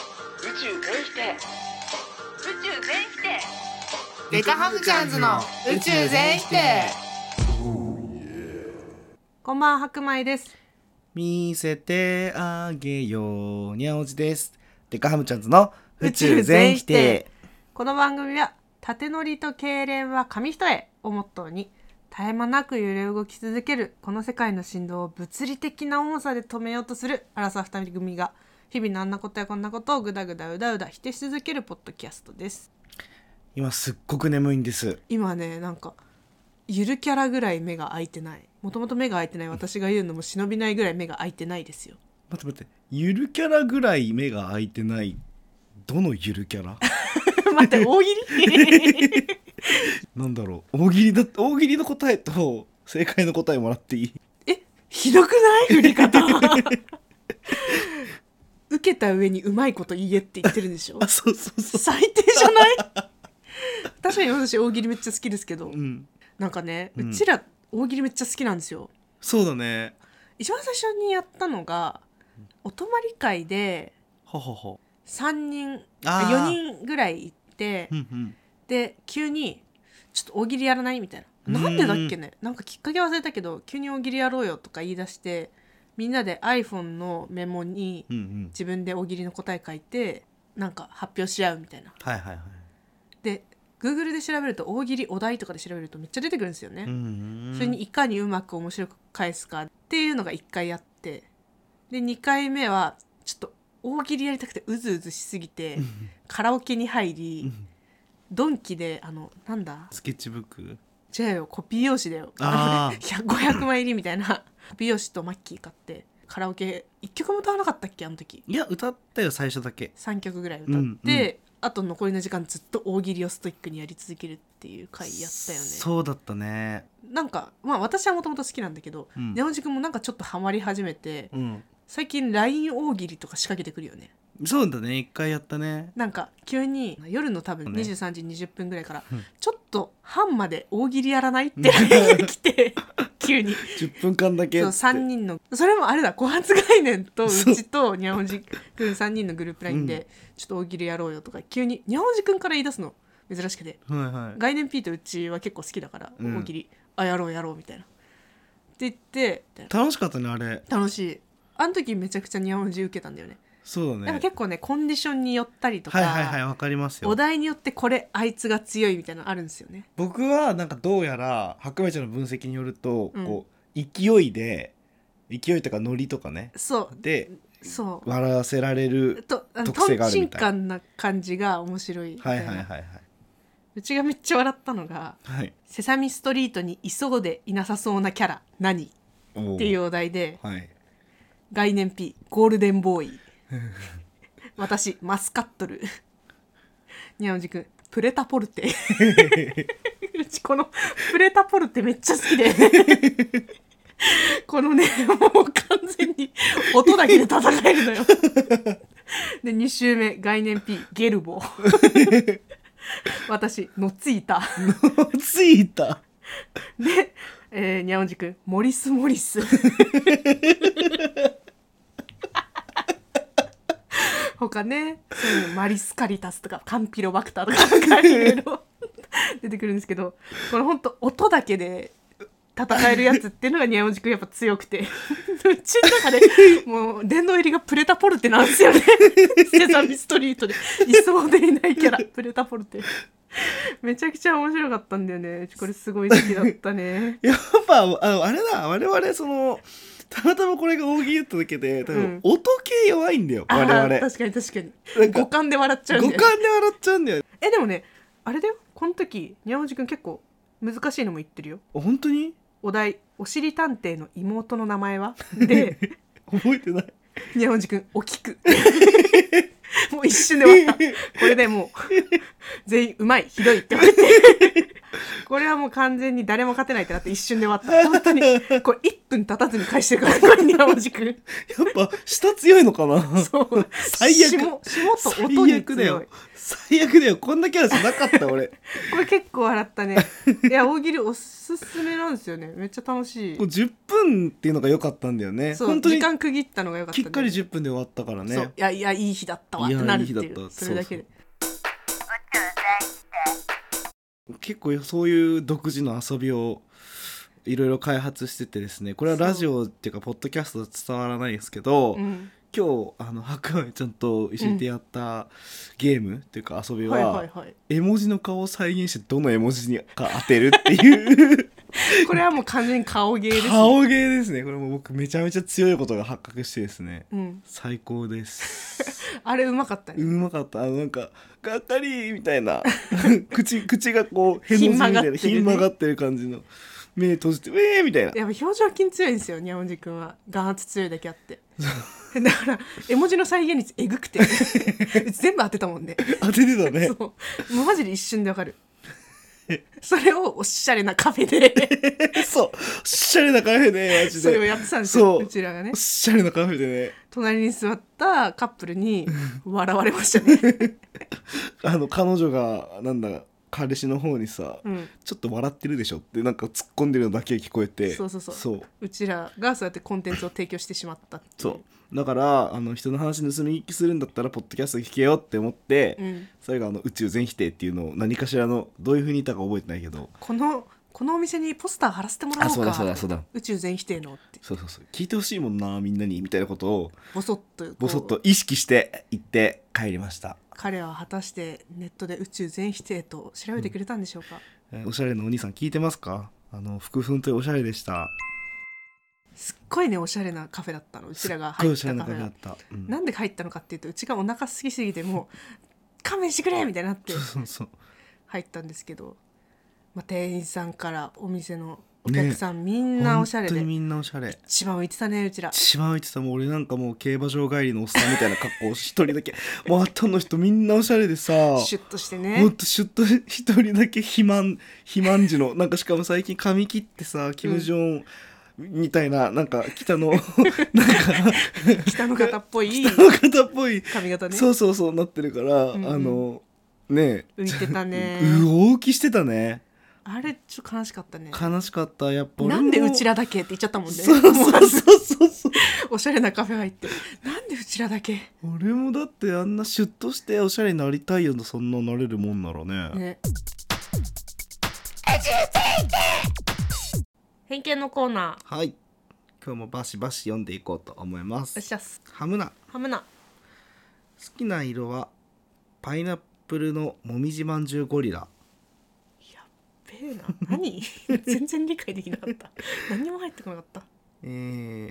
宙全否定宇宙全否定デカハムチャンズの宇宙全否定こんばんは白米です見せてあげようにゃおじですデカハムチャンズの宇宙全否定この番組は縦乗りと痙攣は紙一重をモットーに絶え間なく揺れ動き続けるこの世界の振動を物理的な重さで止めようとする荒沢二人組が日々のあんなことやこんなことをぐだぐだうだうだ否定し続けるポッドキャストです今すっごく眠いんです今ねなんかゆるキャラぐらい目が開いてないもともと目が開いてない私が言うのも忍びないぐらい目が開いてないですよ待って待ってゆるキャラぐらい目が開いてないどのゆるキャ ラ待って大喜利なんだろう大喜利だ大喜利の答えと正解の答えもらっていいえひどくない振り方受けた上にうまいこと言えって言ってるんでしょ あそうそうそう最低じゃない 確かに私大喜利めっちゃ好きですけどうんなんかね、ううんちら大喜利めっちゃ好きなんですよそうだね一番最初にやったのがお泊まり会でははは3人あー4人ぐらい行ってうんうんで急に「ちょっと大喜利やらない?」みたいうんななんでだっけねなんかきっかけ忘れたけど急に大喜利やろうよとか言い出してみんなで iPhone のメモにうんうん自分で大喜利の答え書いてなんか発表し合うみたいなはいはいはいで Google で調べると大喜利お題とかで調べるとめっちゃ出てくるんですよね、んそれにいかにうまく面白く返すかっていうのが1回やってで2回目はちょっと大喜利やりたくてうずうずしすぎてカラオケに入り、うんドンキであのなんだスケッチブック違うよコピー用紙だよ あ500枚入りみたいなコピー用紙とマッキー買ってカラオケ1曲も歌わなかったっけあの時いや歌ったよ最初だけ3曲ぐらい歌うって、んうんあと残りの時間ずっと大喜利をストイックにやり続けるっていう回やったよねそうだったねなんかまあ私はもともと好きなんだけどうん山地君もなんかちょっとハマり始めてうん最近 LINE 大喜利とか仕掛けてくるよねそうだね一回やった ねなんか急に夜の多分ね23時20分ぐらいからうん「ちょっと半まで大喜利やらない?」って LINE が来 て急に10分間だけそう3人のそれもあれだ後発概念とうそうちとにゃおじくん3人のグループ LINE で「ちょっと大喜利やろうよ」とか急ににゃおじくんから言い出すの珍しくてはいはい概念 P とうちは結構好きだからうん大喜利「あやろうやろう」みたいな。って言ってみたいな楽しかったねあれ楽しいあの時めちゃくちゃにゃおじ受けたんだよねそうやだっぱね結構ねコンディションによったりとか、はいはいはいわかりますおよ題によってこれあいつが強いみたいなのあるんですよね僕はなんかどうやら白米ちゃんの分析によると、うんこう勢いで勢いとかノリとかねそうでそう笑わせられるとあの特性がとあるんちんみたいかんな感じが面白いみたはいいな、はいはいはいうちがめっちゃ笑ったのがはい「セサミストリートにいそうでいなさそうなキャラ何?」おーっていうお題ではい 概念 P ゴールデンボーイ私マスカットルにゃおじくんプレタポルテうちこのプレタポルテめっちゃ好きでこのねもう完全に音だけで戦えるのよで2周目概念 P ゲルボ私のついたついたで、えー、にゃおじくんモリスモリス他ねそういうのマリスカリタスとかカンピロバクターとかなんかいろいろ出てくるんですけどこのほんと音だけで戦えるやつっていうのがにゃおじくんやっぱ強くてうちの中でもう殿堂入りがプレタポルテなんですよね セサミストリートでいそうでいないキャラプレタポルテめちゃくちゃ面白かったんだよねうちこれすごい好きだったねやっぱあのあれだ我々そのたまたまこれが大喜利だっただけで多うん分音系弱いんだよ、我あ々ー確かに確かになんか五感で笑っちゃうん五だ感でよね笑っちゃうんだよえでもねあれだよこの時にゃおじくん結構難しいのも言ってるよ本当にお題「おしり探偵の妹の名前は?」 で覚えてないにゃおじくん「お きく」もう一瞬で終わったこれでもう全員「うまいひどい」って言われてこれはもう完全に誰も勝てないってなって一瞬で終わった。本当に、これ1分経たずに返してるから、これにゃおじく。やっぱ、舌強いのかなそう。 最悪霜霜と最音に悪だ強よい。。最悪だよ。こんなキャラじゃなかった、俺。これ結構 笑ったね。いや、大喜利おすすめなんですよね。めっちゃ楽しいもう。10分っていうのが良かったんだよね。そう、本当に時、間区切ったのが良かったきね、っかり10分で終わったからそうねい。やいやいい日だったわってなるっていういやいい日だったそれだけで結構そういう独自の遊びをいろいろ開発しててですねこれはラジオっていうかポッドキャストは伝わらないですけど、うん今日あの白米ちゃんと一緒にやったゲームっていうか遊びは,、はいはいはい絵文字の顔を再現してどの絵文字にか当てるっていうこれはもう完全に顔芸です、ね、顔芸ですねこれもう僕めちゃめちゃ強いことが発覚してですねうん最高ですあれうまかったうねまかったあのなんか「がっかり」みたいな 口口がこうへの字みた いなひひんん曲曲ががってる感じの目閉じて「ウェー!」みたいな やっぱ表情筋強いんですよにゃおじくんは眼圧強いだけあってだから絵文字の再現率えぐくて 全部当てたもんね当ててたねそうもうマジで一瞬でわ かるそれをおしゃれなカフェでそうおっしゃれなカフェねマジで それをやってたんですよそううちらがねおっしゃれなカフェでね隣に座ったカップルに笑われましたね、あの彼女がなんだ彼氏の方にさ、うん、ちょっと笑ってるでしょってなんか突っ込んでるのだけ聞こえてそうそうそうそううちらがそうやってコンテンツを提供してしまったっていそうだからあの人の話盗み聞きするんだったらポッドキャスト聞けよって思って、うんそれがあの宇宙全否定っていうのを何かしらのどういうふうに言ったか覚えてないけどこのこのお店にポスター貼らせてもらおうかだ宇宙全否定のってそうそうそう聞いてほしいもんなみんなにみたいなことをボソッとこうぼそっと意識して言って帰りました彼は果たしてネットで宇宙全否定と調べてくれたんでしょうか、えーおしゃれなお兄さん聞いてますかあの福粉というおしゃれでしたすっごいねおしゃれなカフェだったのうちらがすっごい入おっしゃれなたカカフフェェだがった、うんなんで入ったのかっていうとうちがお腹空きすぎてもう勘弁してくれみたいになってそうそうそう入ったんですけど、まあ、店員さんからお店のお客さん、みんなおしゃれ本当にでみんなおしゃれ一番浮いてたねうちら一番言ってたもう俺なんかもう競馬場帰りのおっさんみたいな格好を一人だけもう後の人みんなおしゃれでさシュッとしてねほんとシュッと一人だけ肥満肥満児 のなんかしかも最近髪切ってさキム・ジョン、みたいななんか北のなんか北の方っぽい 北の方っぽい、髪型ねそうそうそうなってるから、んうんあのねえ浮いてたねうおうきしてたねあれちょっと悲しかったね悲しかったやっぱ俺もなんでうちらだけって言っちゃったもんねそうそうそうそうそう おしゃれなカフェ入ってなんでうちらだけ俺もだってあんなシュッとしておしゃれになりたいよなそんななれるもんならねね偏見のコーナはい今日もバシバシ読んでいこうと思いまーよっすしゃっすハムナ好ハムナきな色はパイナップルのもみじまんじゅうゴリラべえな何 全然理解できなかった何にも入ってこなかったえ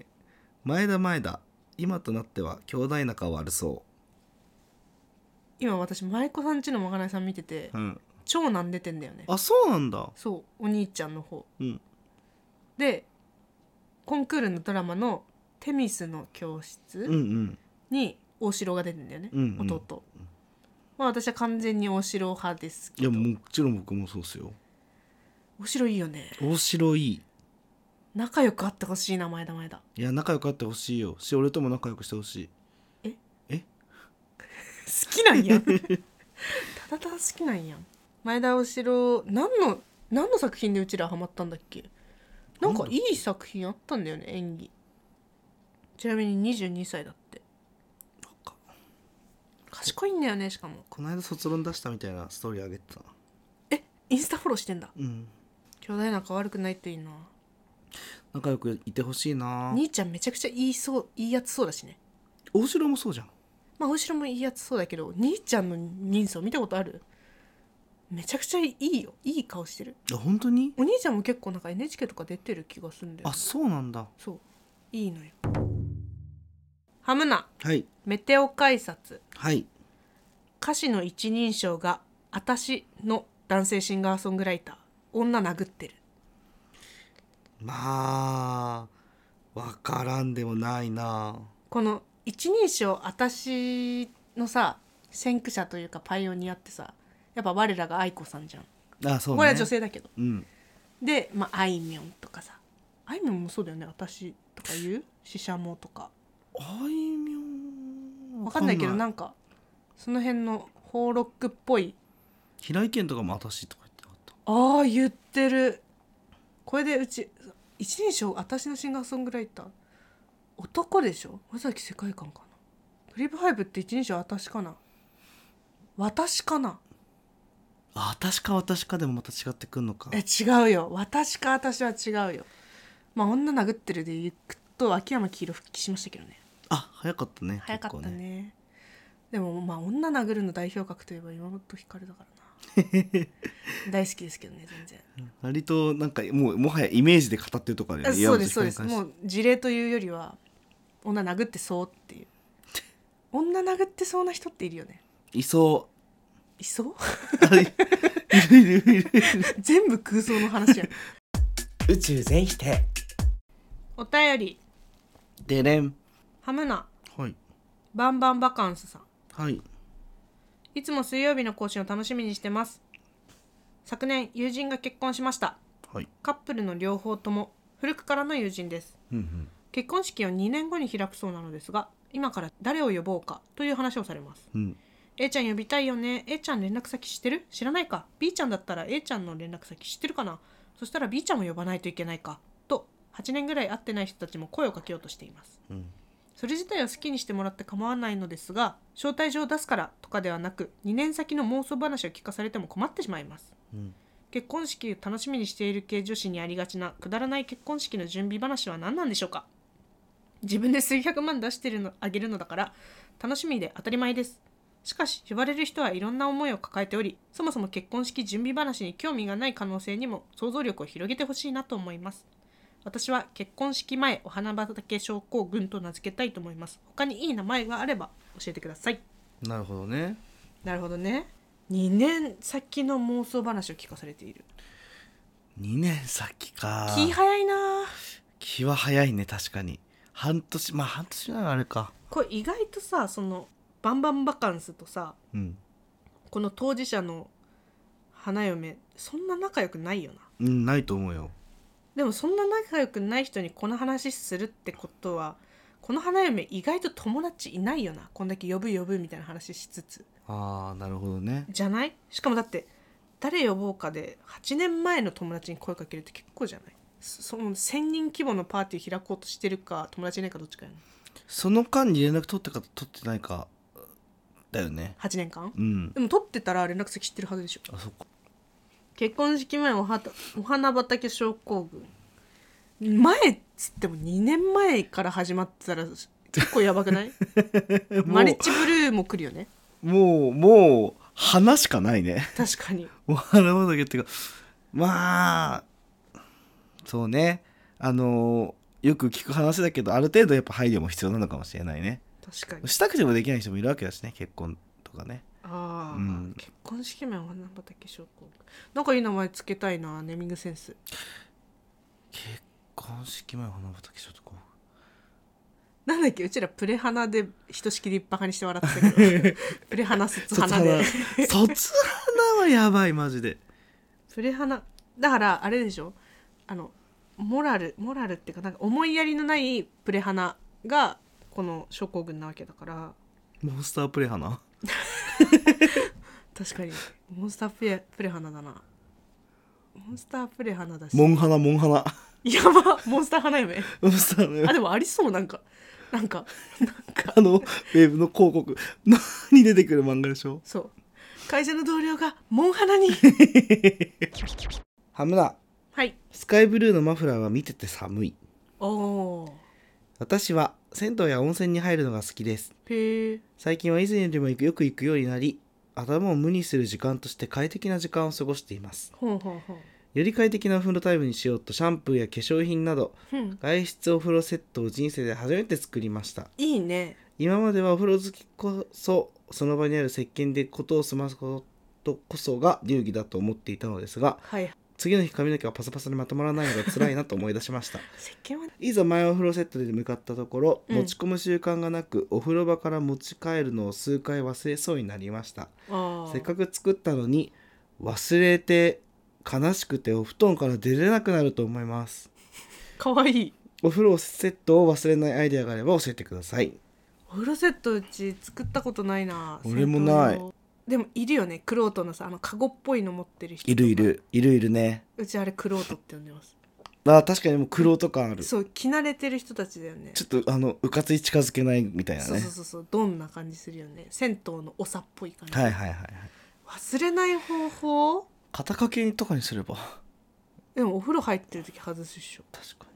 ー、前田前田今となっては兄弟仲悪そ今私舞妓さんちのまかないさん見ててう、うん、長男出てんだよねあそうなんだそうお兄ちゃんの方うんでコンクールのドラマの「テミスの教室」うんうんに大城が出てんだよね、うんうん弟まあ私は完全に大城派ですいけやどもちろん僕もそうっすよ大城いいよね大白い仲良くあってほしいな前田前田いや仲良くあってほしいよし俺とも仲良くしてほしいええ好きなんやん ただただ好きなんやん前田大城何の何の作品でうちらハマったんだっけなんかいい作品あったんだよね演技ちなみに22歳だって賢いんだよねしかもこの間卒論出したみたいなストーリーあげてたなインスタフォローしてんだうん兄弟仲悪くないといいな仲良くいてほしいな兄ちゃんめちゃくちゃ言いそう言いやつそうだしね大城もそうじゃんまあ大城もいいやつそうだけど兄ちゃんの人相見たことあるめちゃくちゃいいよいい顔してるあ本当にお兄ちゃんも結構なんか NHK とか出てる気がするんだよあそうなんだそういいのよハムナはいメテオ改札はい歌詞の一人称が「あたし」の男性シンガーソングライター女殴ってるまあわからんでもないなこの一人称「あたし」のさ先駆者というかパイオニアってさやっぱ我らが愛子さんじゃんあそうねこれは女性だけどうんで、まあ、あいみょんとかさあいみょんもそうだよね私とか言うししゃもとかあいみょんわかんないけどなんかその辺のホーロックっぽい平井堅とかも私とか言ってなかっああ言ってるこれでうち一人称私のシンガーソングライター男でしょ尾崎世界観かなトリブハイブって一人称私かな私かなたあ私か私かでもまた違ってくんのかえ違うよ私か私は違うよまあ女殴ってるで行くと秋山黄色復帰しましたけどねあ早かったね早かった結ね構でもまあ女殴るの代表格といえば山本光だからな大好きですけどね全然割となんかもうもはやイメージで語ってるとかねあそうですそうですももうう事例というよりは女殴ってそうっていう女殴ってそうな人っているよねいそういそう あいるいるいる全部空想の話やん宇宙全否定お便りでれんハムナはいバンバンバカンスさんはいいつも水曜日の更新を楽しみにしてます昨年友人が結婚しましたはいカップルの両方とも古くからの友人ですうんうん結婚式を2年後に開くそうなのですが今から誰を呼ぼうかという話をされますうん A ちゃん呼びたいよね A ちゃん連絡先知ってる知らないか B ちゃんだったら A ちゃんの連絡先知ってるかなそしたら B ちゃんも呼ばないといけないかと8年ぐらい会ってない人たちも声をかけようとしていますうんそれ自体は好きにしてもらって構わないのですが招待状を出すからとかではなく2年先の妄想話を聞かされても困ってしまいますうん結婚式を楽しみにしている系女子にありがちなくだらない結婚式の準備話は何なんでしょうか自分で数百万出してるのあげるのだから楽しみで当たり前ですしかし呼ばれる人はいろんな思いを抱えておりそもそも結婚式準備話に興味がない可能性にも想像力を広げてほしいなと思います私は結婚式前お花畑症候群と名付けたいと思います他にいい名前があれば教えてくださいなるほどねなるほどね2年先の妄想話を聞かされている2年先か気早いなあ気は早いね確かに半年まあ半年ならあれかこれ意外とさそのバンバンバカンスとさうんこの当事者の花嫁そんな仲良くないよなうんないと思うよでもそんな仲良くない人にこの話するってことはこの花嫁意外と友達いないよなこんだけ呼ぶ呼ぶみたいな話しつつああなるほどねじゃないしかもだって誰呼ぼうかで8年前の友達に声かけるって結構じゃないそその1,000人規模のパーティー開こうとしてるか友達いないかどっちかよねその間に連絡取ったか取ってないかだよね8年間うんでも取ってたら連絡先知ってるはずでしょあそっか結婚式前おはたお花畑症候群前っつっても2年前から始まってたら結構やばくない マリッジブルーも来るよねもうもう花しかないね 確かにお花畑っていうかまあそうねあのよく聞く話だけどある程度やっぱ配慮も必要なのかもしれないね確かにしたくてもできない人もいるわけだしね結婚とかねああ、うん結婚式前お花畑症候群なんかいい名前つけたいなネーミングセンス結婚式前花畑ちょっとこうなんだっけうちらプレハナでひとしきりバカにして笑ってたけ どプレハナ卒花で卒花卒花はやばいマジでプレハナだからあれでしょあのモラルモラルっていうかなんか思いやりのないプレハナがこの症候群なわけだからモンスタープレイ花確かにモンスタープレプレハナだなモンスタープレハナだしモンハナモンハナやばモンスター花嫁モンスターのあでもありそうなんかなんかなんかあのウェブの広告何に出てくる漫画でしょそう会社の同僚がモンハナにハムナはいスカイブルーのマフラーは見てて寒いおお私は銭湯や温泉に入るのが好きですへえ最近は以前よりもよく行くようになり頭を無にする時間として快適な時間を過ごしていますほんほんほんより快適なお風呂タイムにしようとシャンプーや化粧品などうん外出お風呂セットを人生で初めて作りましたいいね今まではお風呂好きこそその場にある石鹸でことを済ますことこそが流儀だと思っていたのですがはい次の日髪の毛がパサパサにまとまらないのが辛いなと思い出しました石鹸はいざ前お風呂セットで向かったところ、うん持ち込む習慣がなくお風呂場から持ち帰るのを数回忘れそうになりましたああせっかく作ったのに忘れて悲しくてお布団から出れなくなると思いますかわいいお風呂セットを忘れないアイデアがあれば教えてくださいお風呂セットうち作ったことないな俺もない銭湯用でもいるよねクロートのさあのカゴっぽいの持ってる人いるいるいるいるねうちあれクロートって呼んでますあー確かにもう苦労と感あるちょそう着慣れてる人たちだよねっとあのうかつに近づけないみたいなそうねそうそうそうどんな感じするよね銭湯のおさっぽい感じ、はいはいはいはい忘れない方法肩掛けとかにすればでもお風呂入ってる時外すっしょ確か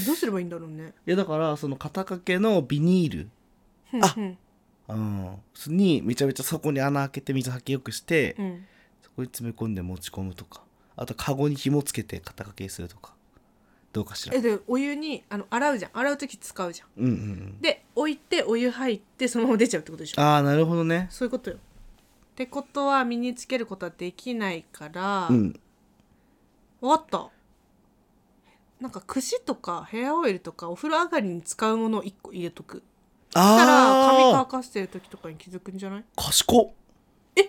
にどうすればいいんだろうねいやだからその肩掛けのビニールあうんうんにめちゃめちゃそこに穴開けて水はけよくして、うんそこに詰め込んで持ち込むとかあとカゴに紐つけて肩掛けするとかどうかしらえでお湯にあの洗うじゃん洗う時使うじゃんうんうんうんで置いてお湯入ってそのまま出ちゃうってことでしょああなるほどねそういうことよってことは身につけることはできないから、うんわかったなんか櫛とかヘアオイルとかお風呂上がりに使うものを1個入れとくそしたら髪乾ああかしてる時とかに気づくんじゃない賢っ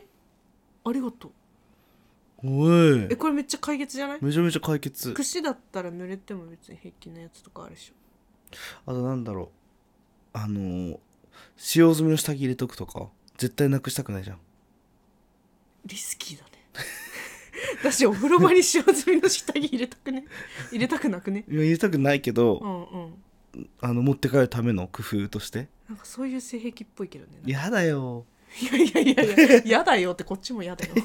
ありがとうおいえこれめっちゃ解決じゃないめちゃめちゃ解決櫛だったら濡れても別に平気なやつとかあるでしょあとなんだろうあのー使用済みの下着入れとくとか絶対なくしたくないじゃんリスキーだね 私お風呂場に使用済みの下着入れたくね入れたくなくねいや入れたくないけど、うんうんあの持って帰るための工夫としてなんかそういう性癖っぽいけどねやだよいやいやいやいや嫌だよってこっちも嫌だよ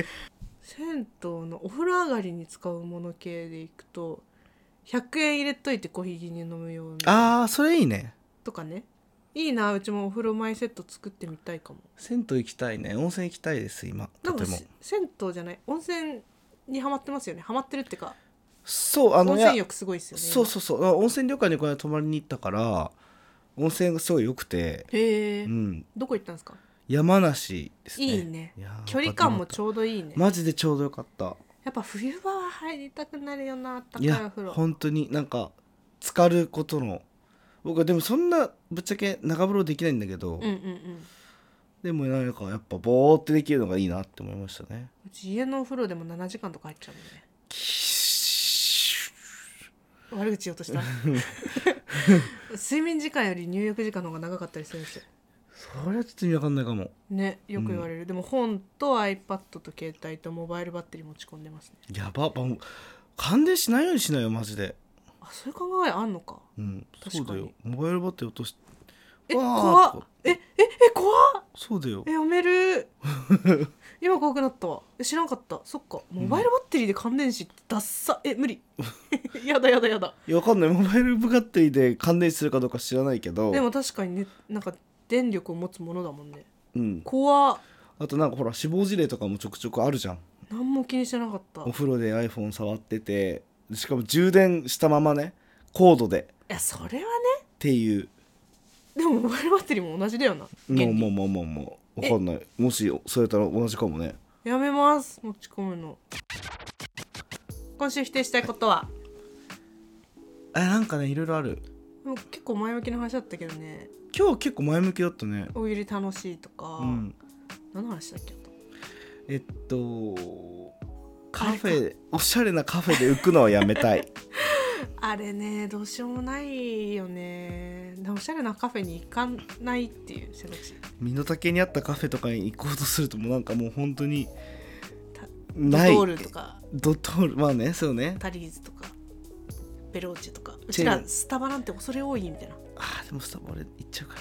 銭湯のお風呂上がりに使うもの系でいくと100円入れといてコーヒーに飲むようなああそれいいねとかねいいなうちもお風呂前セット作ってみたいかも銭湯行きたいね温泉行きたいです今となんてかもせ銭湯じゃない温泉にハマってますよねハマってるってかそうあの温いや泉浴すごいですよねそうそうそうあ温泉旅館にこの間泊まりに行ったから温泉がすごい良くて、うへえ、うん、どこ行ったんですか山梨ですねいいねいやー距離感もちょうどいいねマジでちょうどよかったやっぱ冬場は入りたくなるよなあったかいいおや風呂本当になんか浸かることの僕はでもそんなぶっちゃけ長風呂できないんだけど、うんうんうんでもなんかやっぱぼーってできるのがいいなって思いましたねうち家のお風呂でも7時間とか入っちゃうもんね悪口言おうとした 睡眠時間より入浴時間の方が長かったりするんですよそれはちょっと意味わかんないかもねよく言われる、でも本と iPad と携帯とモバイルバッテリー持ち込んでますねやばばん感電しないようにしないよマジであそういう考えあんのかうん確かそにうだよモバイルバッテリー落としえわー怖とっかえええ怖っそうだよえやめ る今怖くなったわえ知らんかったそっかモバイルバッテリーで乾電池ってダッサえ 無理やだやだやだいやわかんないモバイルバッテリーで感電するかどうか知らないけどでも確かにねなんか電力を持つものだもんねうん、怖っあとなんかほら死亡事例とかもちょくちょくあるじゃん何も気にしてなかったお風呂で iPhone 触っててしかも充電したままね高度でっいやそれはねていうでもモバイルバッテリーも同じだよなも原う理もうもうもうもうわかんないもしそれたら同じかもねやめます持ち込むの今週否定したいことはえなんかねいろいろあるもう結構前向きな話だったけどね今日結構前向きだったね大喜利楽しいとか、うん何の話だっけえっとカフェおしゃれなカフェで浮くのはやめた いあれねどうしようもないよねでおしゃれなカフェに行かないっていう選択肢身の丈に合ったカフェとかに行こうとするともうなんかもう本当にたないドトールとかドトールまあねそうねタリーズとかベローチェとかうチェーちンらスタバなんて恐れ多いみたいなあーでもスタバ俺行っちゃうかな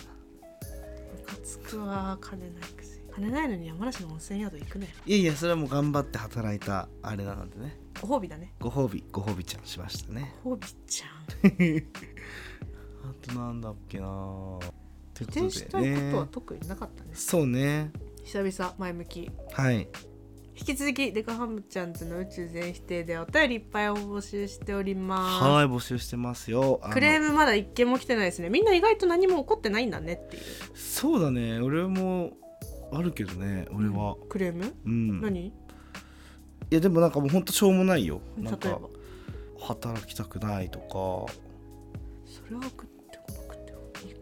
ムカつくわ金ないくせに金ないのに山梨の温泉宿行くねいやいやそれはもう頑張って働いたあれなんでねご褒美だねご褒美ご褒美ちゃんしましたねご褒美ちゃんあとなんだっけなという否こ定したといでこねとは特になかったねそうね久々前向きはい引き続きデカハムちゃんズの宇宙全否定でお便りいっぱいを募集しておりまはい募集してますよあすのクレームまだ一件も来てないですねみんな意外と何も起こってないんだねっていうそうだね俺もあるけどね俺はクレームうん、い何やでもなんかもうほんとしょうもないよ例えなんばか働きたくないとかそれは送ってこなくてもいい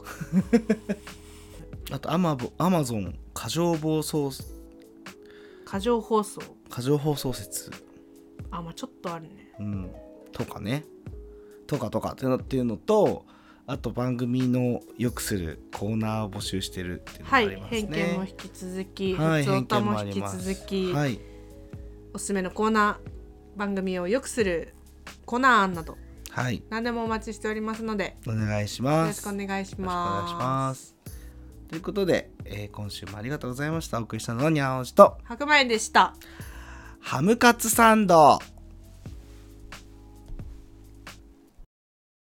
かあとアマボアマゾン過剰暴走過剰放送過剰放送説あまあちょっとあるねうん、とかねとかとかっていうのっていうのとあと番組のよくするコーナーを募集してるっていうのがはあい、ります偏ね。見も引き続き、はい普通歌も偏引見きもあります続き、はい、おすすめのコーナー番組を良くするコーナー案などはい、何でもお待ちしておりますのでお願いしよろましす。くお願いしよろしくお願いしま。ますす。ということで、えー今週もありがとうございました。お送りしたのはにゃんおじと白米でした。ハムカツサンド。